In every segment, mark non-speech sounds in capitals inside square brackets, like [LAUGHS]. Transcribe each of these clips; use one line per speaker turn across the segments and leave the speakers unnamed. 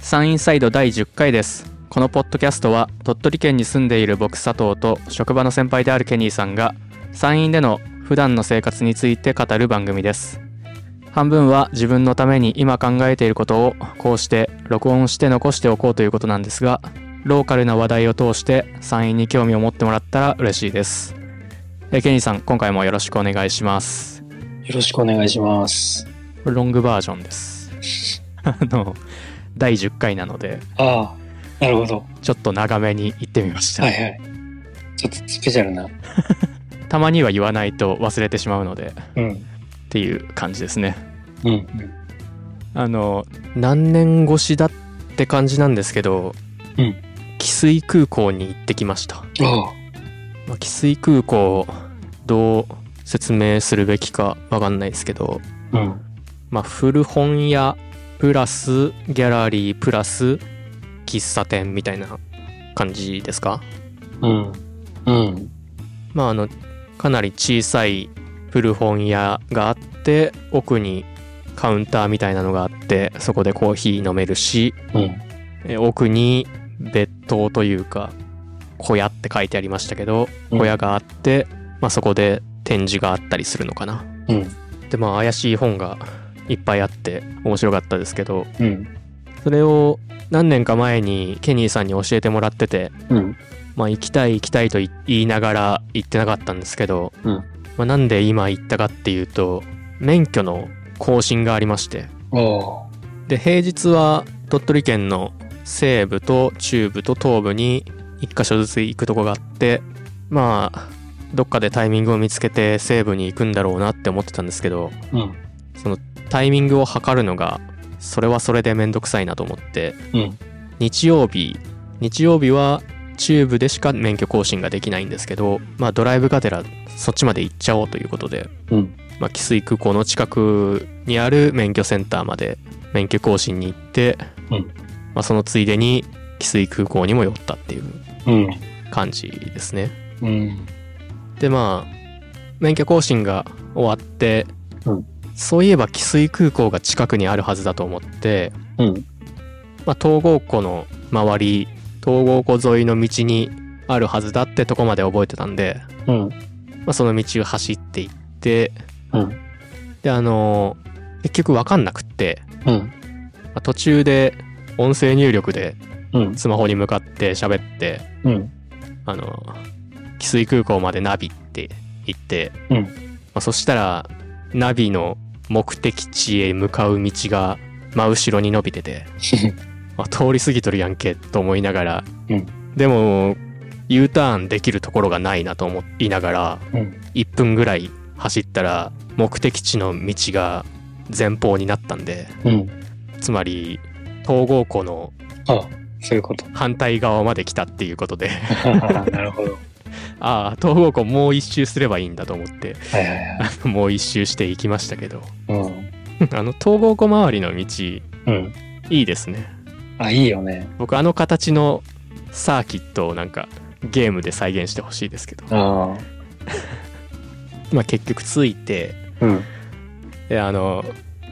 山陰サイド第10回ですこのポッドキャストは鳥取県に住んでいる僕佐藤と職場の先輩であるケニーさんが山陰での普段の生活について語る番組です半分は自分のために今考えていることをこうして録音して残しておこうということなんですがローカルな話題を通して山陰に興味を持ってもらったら嬉しいですえケニーさん今回もよろしくお願いします
よろしくお願いします。
これロングバージョンです。あの、第10回なので、
ああ、なるほど。
ちょっと長めに行ってみました。
はいはい。ちょっとスペシャルな。
たまには言わないと忘れてしまうので、
うん。
っていう感じですね。
うん。
あの、何年越しだって感じなんですけど、
うん
汽水空港に行ってきました。
あ
まあ、汽水空港、どう説明するべきかわかんないですけど、
あ。うん。
まあ、古本屋プラスギャラリープラス喫茶店みたいな感じですか
うん。うん。
まああのかなり小さい古本屋があって奥にカウンターみたいなのがあってそこでコーヒー飲めるし
うん。
え奥に別棟というか小屋って書いてありましたけど
うん
小屋があって、まあ、そこで展示があったりするのかな
うん。
でまあ怪しい本がいっぱいあって面白かったですけど
うん。
それを何年か前にケニーさんに教えてもらってて、
うん。
まあ、行きたい行きたいと言いながら行ってなかったんですけど、
うん
まあ、なんで今行ったかっていうと免許の更新がありまして
ああ。
で平日は鳥取県の西部と中部と東部に1か所ずつ行くとこがあってまあどっかでタイミングを見つけて西部に行くんだろうなって思ってたんですけど
うん。
そのタイミングを測るのがそれはそれでめんどくさいなと思って
うん。
日曜日日曜日は中部でしか免許更新ができないんですけど、まあ、ドライブがてらそっちまで行っちゃおうということで、
うん。
まあ、汽水空港の近くにある免許センターまで免許更新に行って、
うん
まあ、そのついでに汽水空港にも寄ったっていう
うん。
感じですね
うん。
でまあ免許更新が終わって、
うん
そういえば汽水空港が近くにあるはずだと思って、
うん。
まあ、東郷湖の周り東郷湖沿いの道にあるはずだってとこまで覚えてたんで、
うん。
まあ、その道を走っていって
うん。
であのー結局分かんなくって、
うん。
まあ途中で音声入力で
うん。
スマホに向かって喋って
うん。
あのー汽水空港までナビって言って、
うん
まあ、そしたらナビの目的地へ向かう道が真後ろに伸びててあ通り過ぎとるやんけと思いながら、
うん
でも U ターンできるところがないなと思いながら
うん。
1分ぐらい走ったら目的地の道が前方になったんで
うん。
つまり東郷湖の
ああ、そういうこと。
反対側まで来たっていうことで
[LAUGHS]
[LAUGHS]
なるほど。
ああ東郷湖もう一周すればいいんだと思って [LAUGHS]
はいはいは
あのもう一周していきましたけど
い。うん。
あの東郷湖周りの道い
うん。
いですね
あ、いいよね。
僕あの形のサーキットをなんかゲームで再現してほしいですけど
ああ。
まあ、結局着いて
うん。
であの、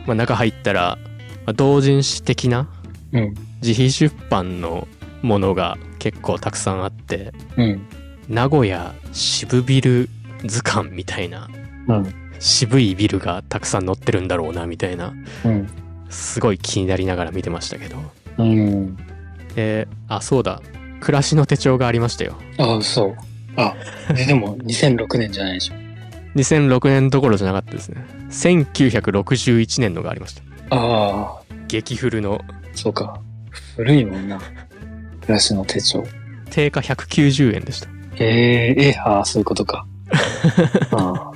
まあ、中入ったら、まあ同人誌的な
うん。
自費出版のものが結構たくさんあって
うん。
名古屋渋ビル図鑑みたいな
うん。
渋いビルがたくさん載ってるんだろうなみたいな
うん。
すごい気になりながら見てましたけど
うん。
であそうだ暮らしの手帳がありましたよ
ああ、そう。あ、えでも2006年じゃないでしょ。
2006年どころじゃなかったですね1961年のがありました
ああ、
激古の
そうか。古いもんな。暮らしの手帳。
定価190円でした
えー、えー、ああ、そういうこと [LAUGHS] か。あ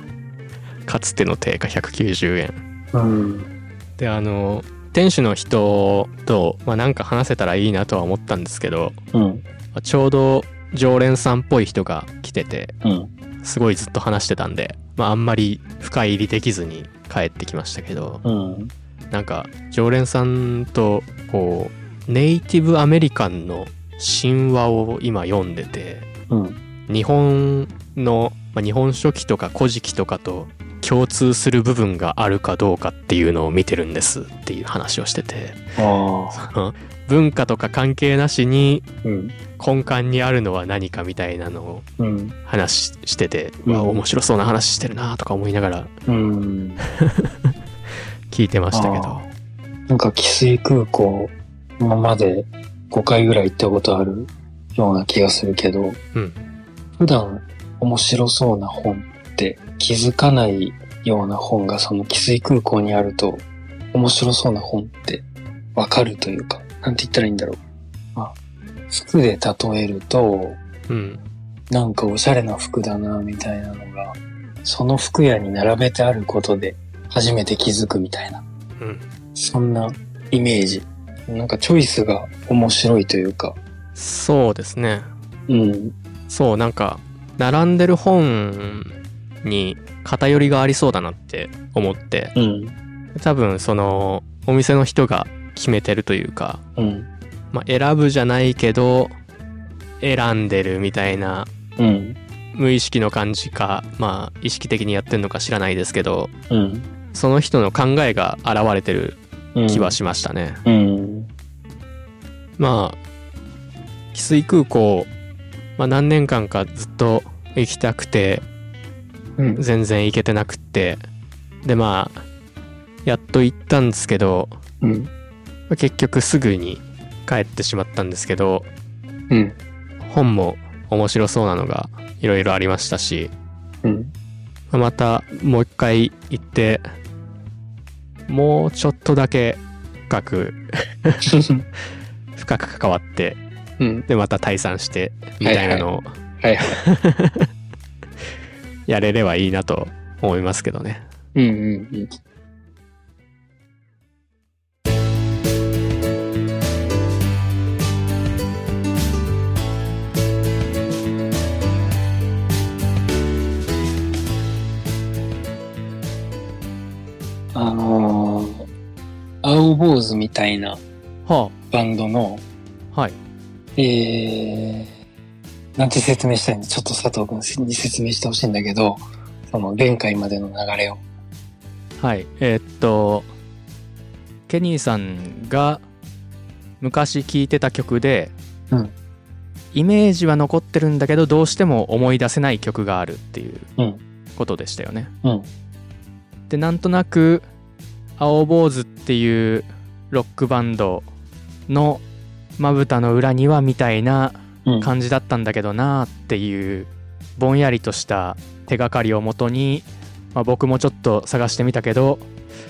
かつての定価190円
あ、うん、
であの店主の人と、まあ、なんか話せたらいいなとは思ったんですけど
うん、
まあちょうど常連さんっぽい人が来てて
うん、
すごいずっと話してたんで、まあ、あんまり深入りできずに帰ってきましたけど
うん、
なんか常連さんとこうネイティブアメリカンの神話を今読んでて
うん、
日本の、まあ、日本書紀とか古事記とかと共通する部分があるかどうかっていうのを見てるんですっていう話をしてて
ああ。
文化とか関係なしに
うん。
根幹にあるのは何かみたいなのを
うん。
話してて、うわ
うん
面白そうな話してるなとか思いながら
うん。
聞いてましたけど
あなんか、汽水空港、今まで5回ぐらい行ったことあるような気がするけど、
うん
普段面白そうな本って気づかないような本がその汽水空港にあると、面白そうな本ってわかるというか、なんて言ったらいいんだろう。まあ、服で例えると、
うん
なんかおしゃれな服だな、みたいなのが、その服屋に並べてあることで初めて気づくみたいな。
うん
そんなイメージ。なんかチョイスが面白いというか。
そうですね
うん。
そうなんか並んでる本に偏りがありそうだなって思って
うん。
多分そのお店の人が決めてるというか、
うん。
まあ、選ぶじゃないけど選んでるみたいな
うん。
無意識の感じかまあ意識的にやってんのか知らないですけど
うん。
その人の考えが現れてる
うん。
気はしましたね、
うん。
まあ汽水空港、まあ、何年間かずっと行きたくて
うん。
全然行けてなくってでまあやっと行ったんですけど
うん。
まあ結局すぐに帰ってしまったんですけど
うん。
本も面白そうなのがいろいろありましたし
うん。
まあまたもう一回行ってもうちょっとだけ深く深く関わって
うん。
でまた退散してみたいなのを
はいはい。
やれればいいなと思いますけどね。
うんうんうん。あのー、青坊主みたいな
は
バンドの、
あはい
えー、なんて説明したいんで、ちょっと佐藤くんに説明してほしいんだけど、その前回までの流れを。
はい、えーっとケニーさんが昔聴いてた曲で、
うん
イメージは残ってるんだけどどうしても思い出せない曲があるっていう
うん
ことでしたよね。
うん。
でなんとなく青坊主っていうロックバンドのまぶたの裏にはみたいな
うん
感じだったんだけどなあっていうぼんやりとした手がかりをもとに、まあ、僕もちょっと探してみたけど、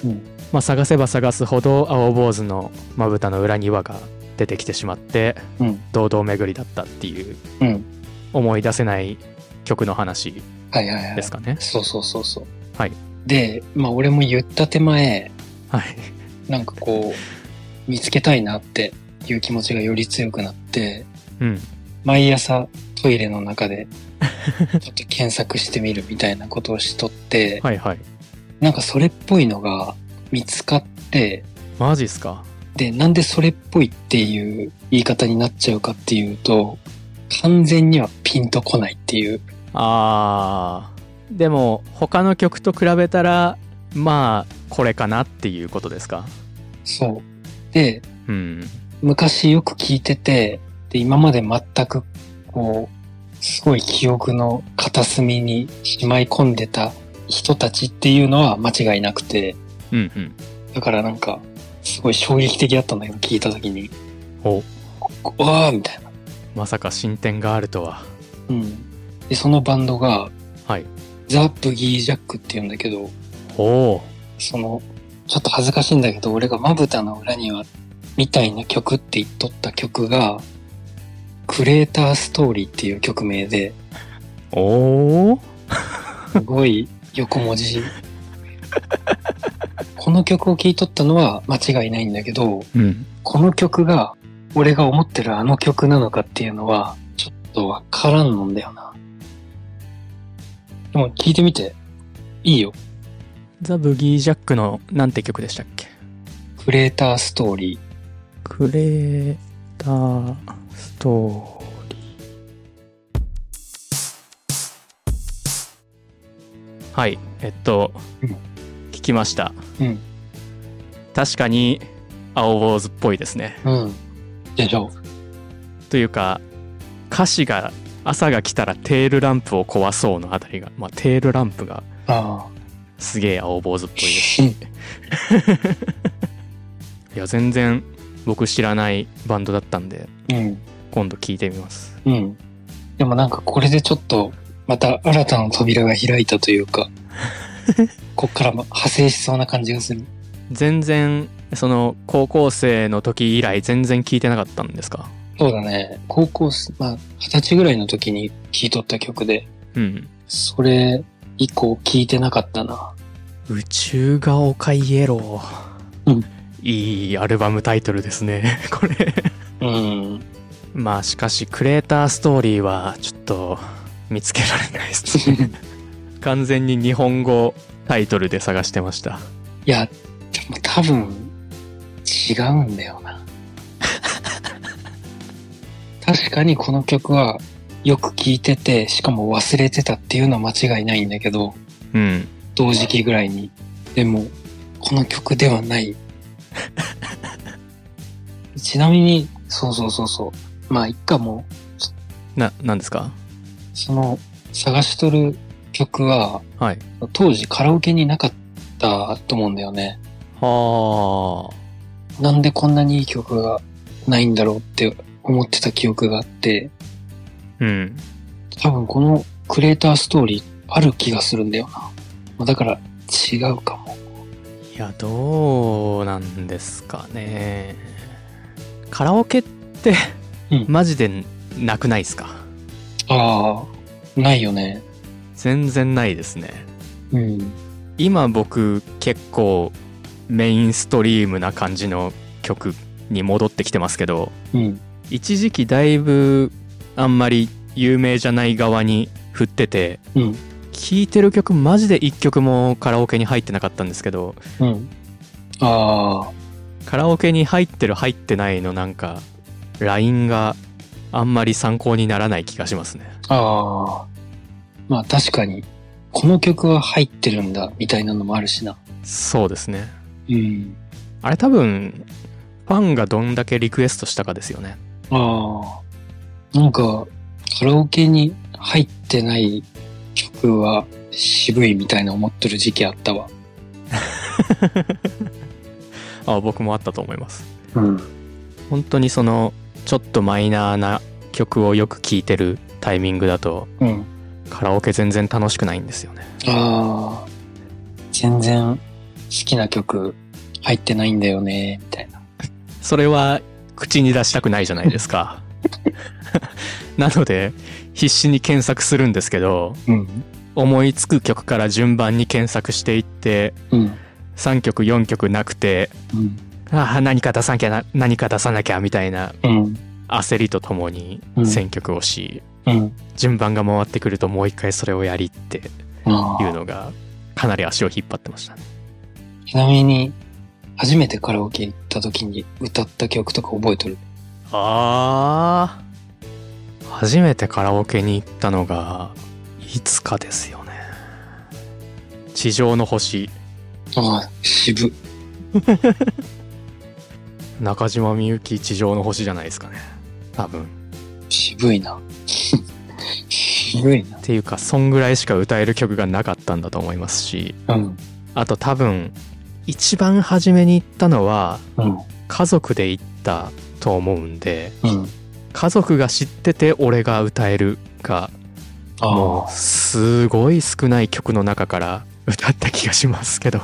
うん
まあ、探せば探すほど青坊主のまぶたの裏に輪が出てきてしまって
うん
堂々巡りだったっていう
うん。
思い出せない曲の話
はいはいはい。
ですかね。
そうそうそうそう。
はい。
で、まあ俺も言った手前、
はい、
なんかこう、見つけたいなっていう気持ちがより強くなって、
うん
毎朝トイレの中
[LAUGHS]
で、ちょっと検索してみるみたいなことをしとって、
はいはい
なんかそれっぽいのが見つかって、
マジっすか
で、なんでそれっぽいっていう言い方になっちゃうかっていうと、完全にはピンとこないっていう。
あーでも他の曲と比べたらまあこれかなっていうことですか
そう。で、
うん
昔よく聞いてて、で、今まで全く、こう、すごい記憶の片隅にしまい込んでた人たちっていうのは間違いなくて、
うんうん
だからなんか、すごい衝撃的だったんだけど、聞いた時に、
お
うわーみたいな。
まさか進展があるとは
うん。で、そのバンドが、
はい
ザ・ブギー・ジャックっていうんだけど、
おお
その、ちょっと恥ずかしいんだけど、俺がまぶたの裏には、みたいな曲って言っとった曲が、クレーターストーリーっていう曲名で、
おお
すごい横文字。この曲を聴いとったのは間違いないんだけど、
うん
この曲が俺が思ってるあの曲なのかっていうのは、ちょっとわからんのんだよな。でも聞いてみて、いいよ。
ザ・ブギー・ジャックのなんて曲でしたっけ
クレーターストーリー。
クレーターストーリーはいえっと、
うん
聞きました
うん。
確かに青坊主っぽいですね
うん。でしょ
というか歌詞が朝が来たらテールランプを壊そうのあたりが、まあ、テールランプが
あ
すげえ青坊主っぽいです
あ。うん。
いや全然僕知らないバンドだったんで
うん。
今度聞いてみます
うん。でもなんかこれでちょっと、また新たな扉が開いたというか、こっからも派生しそうな感じがする。
全然その高校生の時以来全然聞いてなかったんですか
そうだね。高校生、まあ、二十歳ぐらいの時に聴いとった曲で、
うん
それ以降聴いてなかったな。
宇宙が丘イエロー
うん
いいアルバムタイトルですね [LAUGHS] これ
うん。
まあしかしクレーターストーリーはちょっと見つけられないです [LAUGHS] ね完全に日本語タイトルで探してました
いや、でも多分、違うんだよな。確かにこの曲は、よく聴いてて、しかも忘れてたっていうのは間違いないんだけど、
うん
同時期ぐらいに。でも、この曲ではない。 [LAUGHS] ちなみに、そうそうそうそう。まあ、一家もう、
な何ですか
その、探しとる曲は、
はい
当時カラオケになかったと思うんだよね。
はあ
なんでこんなにいい曲がないんだろうって思ってた記憶があって、
うん
多分このクレーターストーリーある気がするんだよな。まあだから違うかも。
いやどうなんですかねカラオケって、
うん
マジでなくないですか
ああ、ないよね。
全然ないですね
うん。
今僕結構メインストリームな感じの曲に戻ってきてますけど
うん。
一時期だいぶあんまり有名じゃない側に振ってて
うん。
聴いてる曲マジで1曲もカラオケに入ってなかったんですけど
うん。ああ、
カラオケに入ってる入ってないのなんかラインがあんまり参考にならない気がしますね
ああ。まあ確かに、この曲は入ってるんだ、みたいなのもあるしな。
そうですね
うん。
あれ多分ファンがどんだけリクエストしたかですよね
ああ。なんか、カラオケに入ってない曲は渋いみたいな思ってる時期あったわ。
あ僕もあったと思います
うん。
本当にそのちょっとマイナーな曲をよく聴いてるタイミングだと
うん。
カラオケ全然楽しくないんですよね
ああ。全然好きな曲入ってないんだよね、みたいな。
それは口に出したくないじゃないですか [LAUGHS] なので必死に検索するんですけど
うん。
思いつく曲から順番に検索していって
うん。
3曲4曲なくて
うん。
ああ何か出さなきゃな何か出さなきゃみたいな
うん。
焦りとともに
うん
選曲をし、
うん。
順番が回ってくるともう一回それをやりって
ああ
いうのがかなり足を引っ張ってましたね
ちなみに、初めてカラオケ行った時に歌った曲とか覚えとる
あー初めてカラオケに行ったのがいつかですよね地上の星
ああ、渋。
中島みゆき地上の星じゃないですかね多分
渋いな。渋いな
っ。ていうかそんぐらいしか歌える曲がなかったんだと思いますし
うん。
あと多分一番初めに行ったのは
うん。
家族で行ったと思うんで
うん。
家族が知ってて俺が歌えるがもう
あ
すごい少ない曲の中から歌った気がしますけど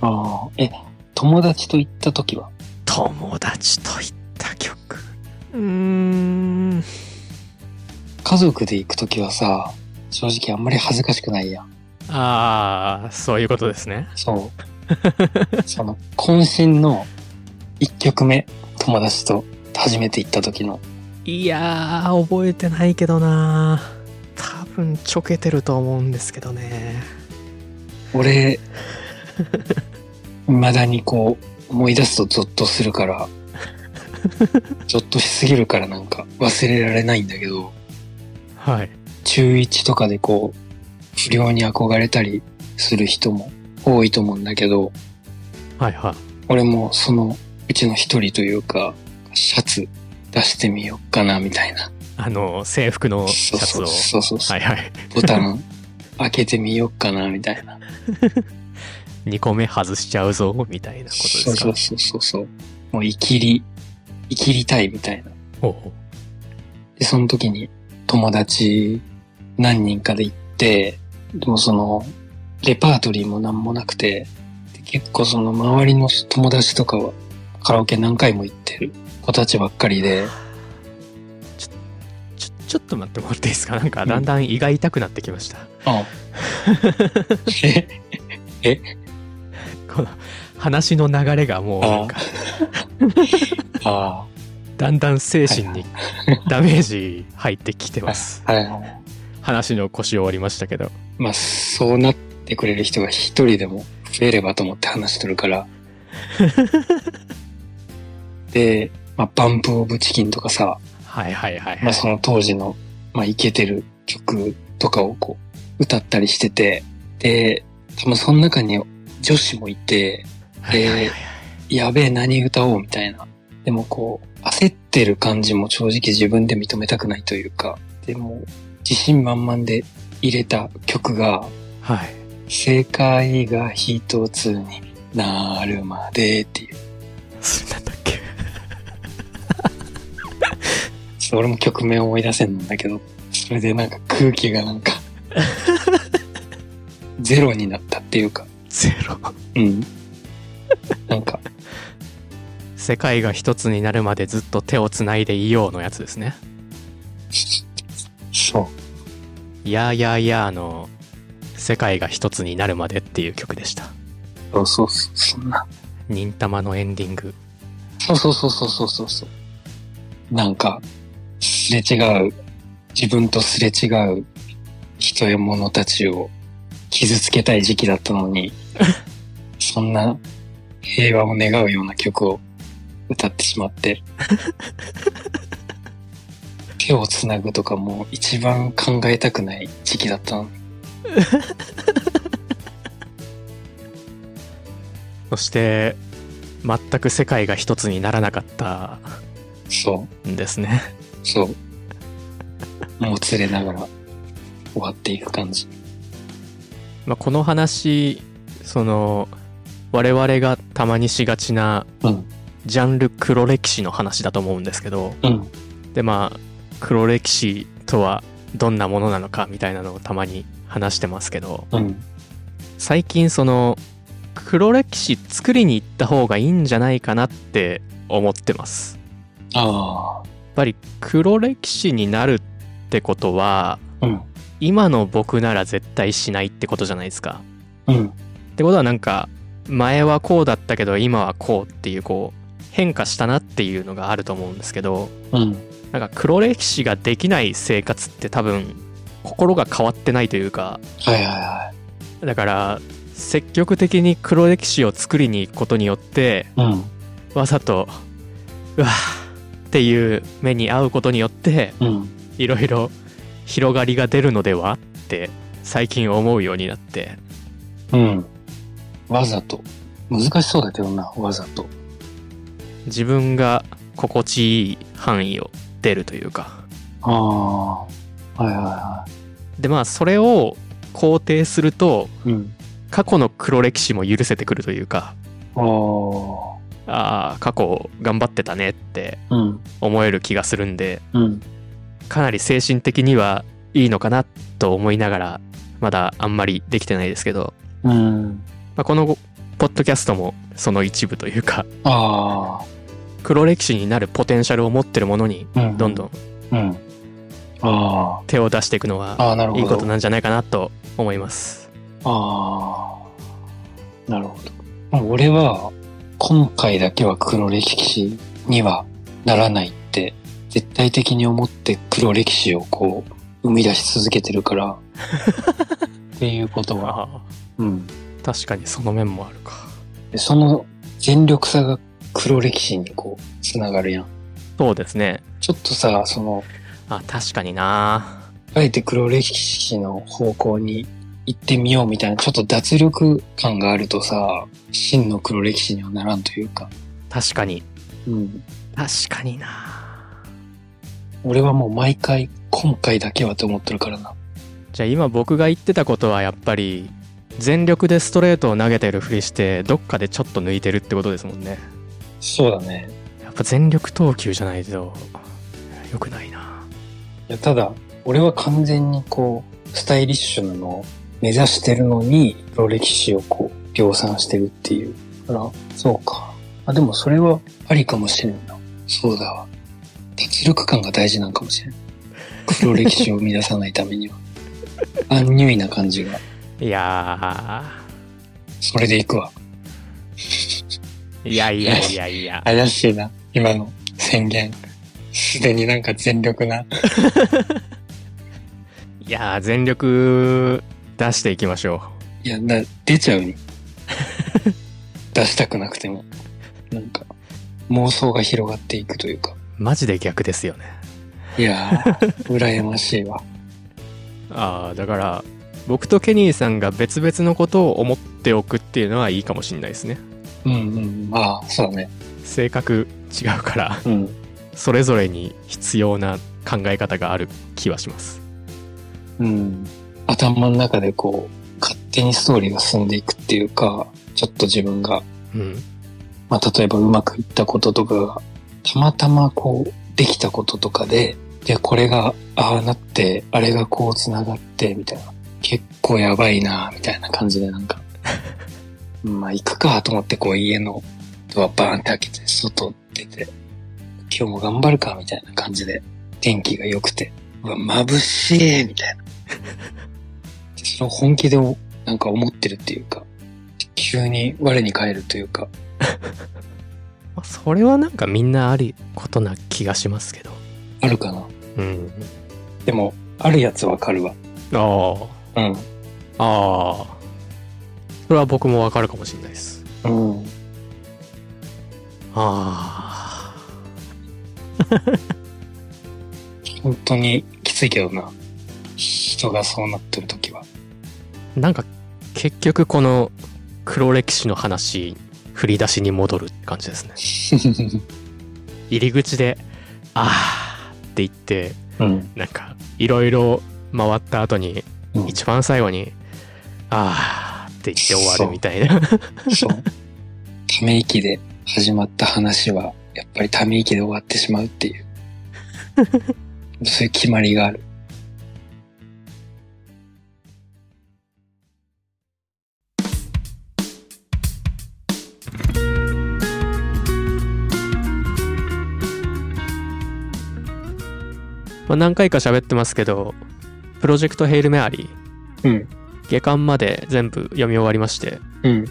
あ。え、友達と行った時は
友達と行った曲うーん
家族で行く時はさ、正直あんまり恥ずかしくないやん。
ああそういうことですね
そう。その、渾身の1曲目、友達と初めて行った時の。
いやー覚えてないけどな多分ちょけてると思うんですけどね
俺、未だにこう、思い出すとゾッとするから、ゾッとしすぎるからなんか忘れられないんだけど、
はい
中1とかでこう、不良に憧れたり、する人も多いと思うんだけど、
はいはい。
俺もそのうちの一人というか、シャツ出してみようかなみたいな。
あの、制服のシ
そう
ャツ
そう
を。
そうそうそう、
はいはい。
ボタン開けてみようかなみたいな。
2個目外しちゃうぞ、みたいなことで
そう
す
そ
か
う。そうそうそう。もう生きり、生きりたいみたいな。
ほうほ
で、その時に友達何人かで行って、でもその、レパートリーも何もなくて、で結構その周りの友達とかはカラオケ何回も行ってる子たちばっかりで、
うちょ、ちょっと待ってもらっていいですかなんか、だんだん胃が痛くなってきました。
あ [LAUGHS] え [LAUGHS]
この話の流れがもうなんか、
あ
だんだん精神にダメージ入ってきてます。
あ、はいはい。
話の腰を折りましたけど。
まあ、そうなってくれる人が一人でも増えればと思って話して
[LAUGHS]
るから。で、まあ、バンプオブチキンとかさ、
はいはいはい
ま
は
あ、
い。
その当時の、まあ、イケてる曲とかをこう、歌ったりしてて、で、多分その中に女子もいて、
はいはいはいはい
やべえ何歌おうみたいな。でもこう、焦ってる感じも正直自分で認めたくないというか、でも、自信満々で入れた曲が、
はい。
世界が一つになるまでっていう。
それなんだっけ
ちょっと俺も曲名思い出せんのだけど、それでなんか空気がなんか、ゼロになったっていうか、
ゼロ。
うん。なんか、
世界が一つになるまでずっと手をつないでいようのやつですね。
そう。
やーやーやーの世界が一つになるまでっていう曲でした。
そうそうそう、そんな。
忍たまのエンディング。
そうそうそうそうそうそうそう。なんか、すれ違う、自分とすれ違う人や物たちを傷つけたい時期だったのに、そんな平和を願うような曲を歌ってしまって、手をつなぐとかもう一番考えたくない時期だったの。
そして、全く世界が一つにならなかった
そう。
んですね。
そう。もうつれながら終わっていく感じ。
まあ、この話、その、我々がたまにしがちな
うん。
ジャンル黒歴史の話だと思うんですけど、
うん。
でまあ黒歴史とはどんなものなのかみたいなのをたまに話してますけど
うん。
最近その黒歴史作りに行った方がいいんじゃないかなって思ってます
あ
やっぱり黒歴史になるってことは
あ。うん。
今の僕なら絶対しないってことじゃないですか
うん。
ってことはなんか前はこうだったけど今はこうっていうこう変化したなっていうのがあると思うんですけど
うん。
なんか黒歴史ができない生活って多分心が変わってないというか
はいはいは
だから積極的に黒歴史を作りに行くことによって
い。うん。
わざとうわーっていう目に遭うことによって
うん。
いろいろ広がりが出るのではって最近思うようになって
うん。わざと。難しそうだけどな、わざと。
自分が心地いい範囲を出るというか
ああ。はいはいは
でまあそれを肯定すると
い。うん。
過去の黒歴史も許せてくるというか
ああ。
ああ過去頑張ってたねって
うん。
思える気がするんで
うん。
かなり精神的にはいいのかなと思いながらまだあんまりできてないですけど、
うん。
まあ、このポッドキャストもその一部というか [LAUGHS]
あ
黒歴史になるポテンシャルを持ってるものに
あ。うん。
どんど
ん。
ん
うん。あ
手を出していくのは
あ。ああ、なるほど。
いいことなんじゃないかなと思います。
ああ、なるほど。もう俺は、今回だけは黒歴史にはならないって、絶対的に思って黒歴史をこう、生み出し続けてる [LAUGHS] から。っていうことは、
ああ
うん。
確かにその面もあるか。
でその全力さが黒歴史にこう、つながるやん。
そうですね。
ちょっとさ、その、
あ確かにな。
あえて黒歴史の方向に行ってみようみたいな、ちょっと脱力感があるとさ、真の黒歴史にはならんというか。
確かに
うん。
確かにな
俺はもう毎回、今回だけはって思ってるからな。
じゃあ今僕が言ってたことはやっぱり全力でストレートを投げてるふりしてどっかでちょっと抜いてるってことですもんね
そうだね。
やっぱ全力投球じゃないとよくないない
や、ただ、俺は完全にこう、スタイリッシュなのを目指してるのに、黒歴史をこう、量産してるっていう。だから、そうか。あ、でもそれはありかもしれんな。そうだわ。脱力感が大事なんかもしれん。黒歴史を生み出さないために [LAUGHS] は。アンニュイな感じが。
いや
それでいくわ。
ーいやいやいやいや
怪しいな。今の宣言。すでになんか全力な。
いやー全力出していきましょ
いや、な、出ちゃうに。出したくなくても。なんか、妄想が広がっていくというか。
うマジで逆ですよね
いやー、羨ましいわ。
ああだから僕とケニーさんが別々のことを思っておくっていうのはいいかもしんないですね
うんうん。まあ、そうだね。
性格違うから
うん。
それぞれに必要な考え方がある気はします
うん。頭の中でこう、勝手にストーリーが進んでいくっていうか、ちょっと自分が、
うん
まあ、例えばうまくいったこととかが、たまたまこう、できたこととかで、で、これが、ああなって、あれがこう繋がって、みたいな。結構やばいな、みたいな感じでなんか、まあ、行くかと思って、こう、家のドアバーンって開けて、外出て、今日も頑張るか、みたいな感じで、天気が良くて、うわ、眩しい、みたいな。でそれを本気でお、なんか思ってるっていうか、急に我に返るというか、
まあそれはなんかみんなありことな気がしますけど
あるかな
うん
でも、あるやつわかるわ。
あー
うん。
あーそれは僕もわかるかもしんないです
うん。
ああ
本当にきついけどな。人がそうなってる時は。
なんか結局この黒歴史の話振り出しに戻る感じですね入り口で「あー」って言って
[LAUGHS] うん。
なんかいろいろ回った後に
うん
一番最後に「あー」って言って終わるみたいな
そう。ため息で始まった話は、やっぱりため息で終わってしまうっていう。そういう決まりがある。
まあ何回か喋ってますけど「プロジェクトヘイルメアリー
うん。」
下巻まで全部読み終わりまして
うん。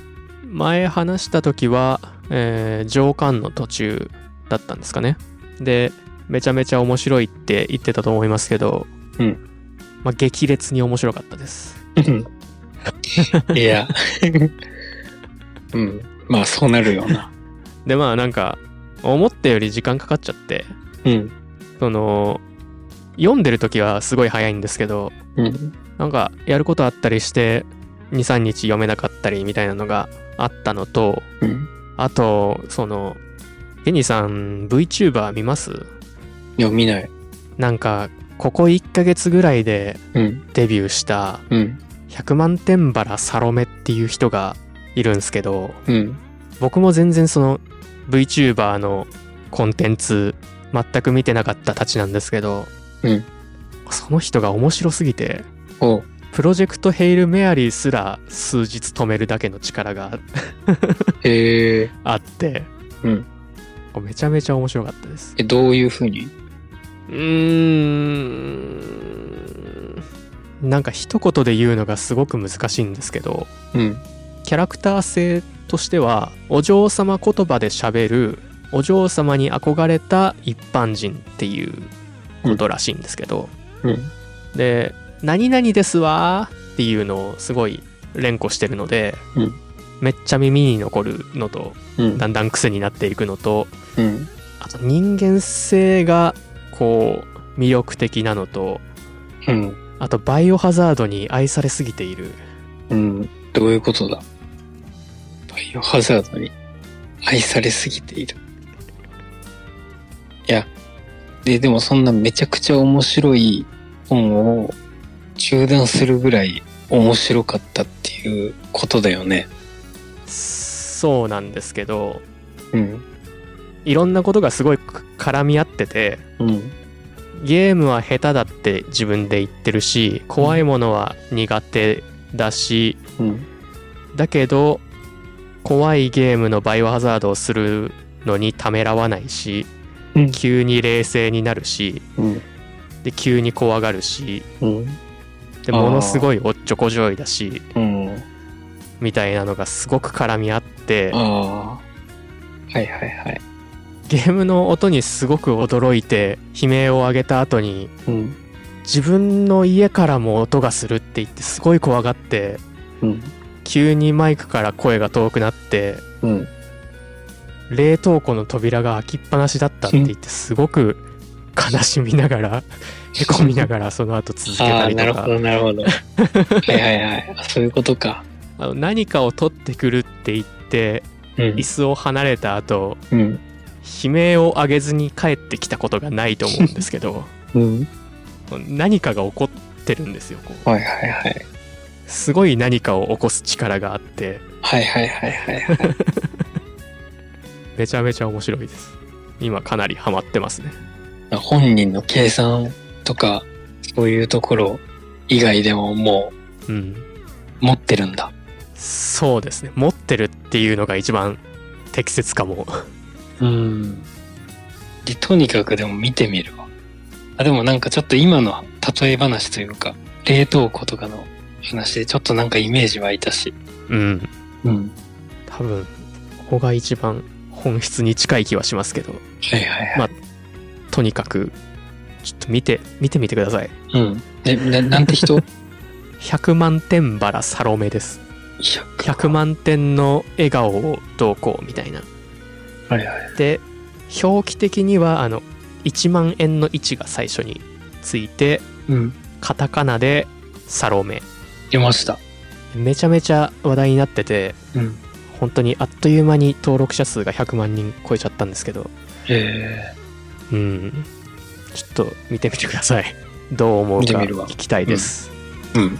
前話した時は、えー上巻の途中だったんですかねでめちゃめちゃ面白いって言ってたと思いますけど、
うん
まあ、激烈に面白かったです
[LAUGHS] いや。うん。まあ、そうなるよな。
でまあなんか思ったより時間かかっちゃって
うん。
その読んでる時はすごい早いんですけど
うん。
なんかやることあったりして23日読めなかったりみたいなのがあったのと
うん。
あとそのケニーさん VTuber 見ます
いや、見ない。
なんかここ1ヶ月ぐらいで
うん。
デビューした
うん。
100万点バラサロメっていう人がいるんですけど
うん。
僕も全然その VTuber のコンテンツ全く見てなかったたちなんですけど、
うん
その人が面白すぎて
おう。
プロジェクトヘイルメアリーすら数日止めるだけの力が
へえ。
あって、
うん
めちゃめちゃ面白かったです
え、どういう風に
うーんなんか一言で言うのがすごく難しいんですけど
うん。
キャラクター性としてはお嬢様言葉で喋るお嬢様に憧れた一般人っていうことらしいんですけど、
うん。
で「何々ですわ」っていうのをすごい連呼してるので、
うん
めっちゃ耳に残るのと
うん
だんだん癖になっていくのと
うん。
あと人間性がこう魅力的なのと
うん。
あと「バイオハザード」に愛されすぎている
うん、どういうことだバイオハザードに愛されすぎている。いや、で、でもそんなめちゃくちゃ面白い本を中断するぐらい面白かったっていうことだよね。
そうなんですけど
うん。
いろんなことがすごい絡み合ってて
うん。
ゲームは下手だって自分で言ってるし怖いものは苦手だし
うん。
だけど怖いゲームのバイオハザードをするのにためらわないし
うん。
急に冷静になるし
うん。
で急に怖がるし
うん。
で
あー
ものすごいおっちょこちょいだし
うん。
みたいなのがすごく絡み合って
ああ。はいはいはい。
ゲームの音にすごく驚いて悲鳴を上げた後に
うん。
自分の家からも音がするって言ってすごい怖がって
うん。
急にマイクから声が遠くなって
うん。
冷凍庫の扉が開きっぱなしだったって言ってすごく悲しみなが
[LAUGHS]
らへこみながらその後続け
あ
た
あ、
り
な
と
る
か
ほどなる [LAUGHS] ほど。はいはいはい。あそういうことか。
あの何かを取ってくるって言って
うん
椅。子を離れた後
うん。
悲鳴を上げずに帰ってきたことがないと思うんですけ
[LAUGHS]
ど
うん。
何かが起こってるんですよこう
はいはいはい。
すごい何かを起こす力があって
はいはいはいはいはい。
めちゃめちゃ面白いです今かなりハマってますね
本人の計算とか、そういうところ以外でもも
うん
う持ってるんだ。
そうですね持ってるっていうのが一番適切かも
うん。で、とにかくでも見てみるわ。あ、でもなんかちょっと今の例え話というか、冷凍庫とかの話でちょっとなんかイメージ湧いたし。
うん
うん。
多分ここが一番本質に近い気はしますけど
はいはいはい。
まとにかくちょっと見て見てみてください
うん。で、ななんて人 [LAUGHS]
100万点バラサロメです100。万点の笑顔をどうこうみたいな
はいはい。
で表記的にはあの1万円の位置が最初について
うん。
カタカナでサロメ
出ました。
めちゃめちゃ話題になってて
うん。
本当にあっという間に登録者数が100万人超えちゃったんですけど
え
うんちょっと見てみてくださいどう思う
見て
か
みるわ
聞きたいです、
ー。うん。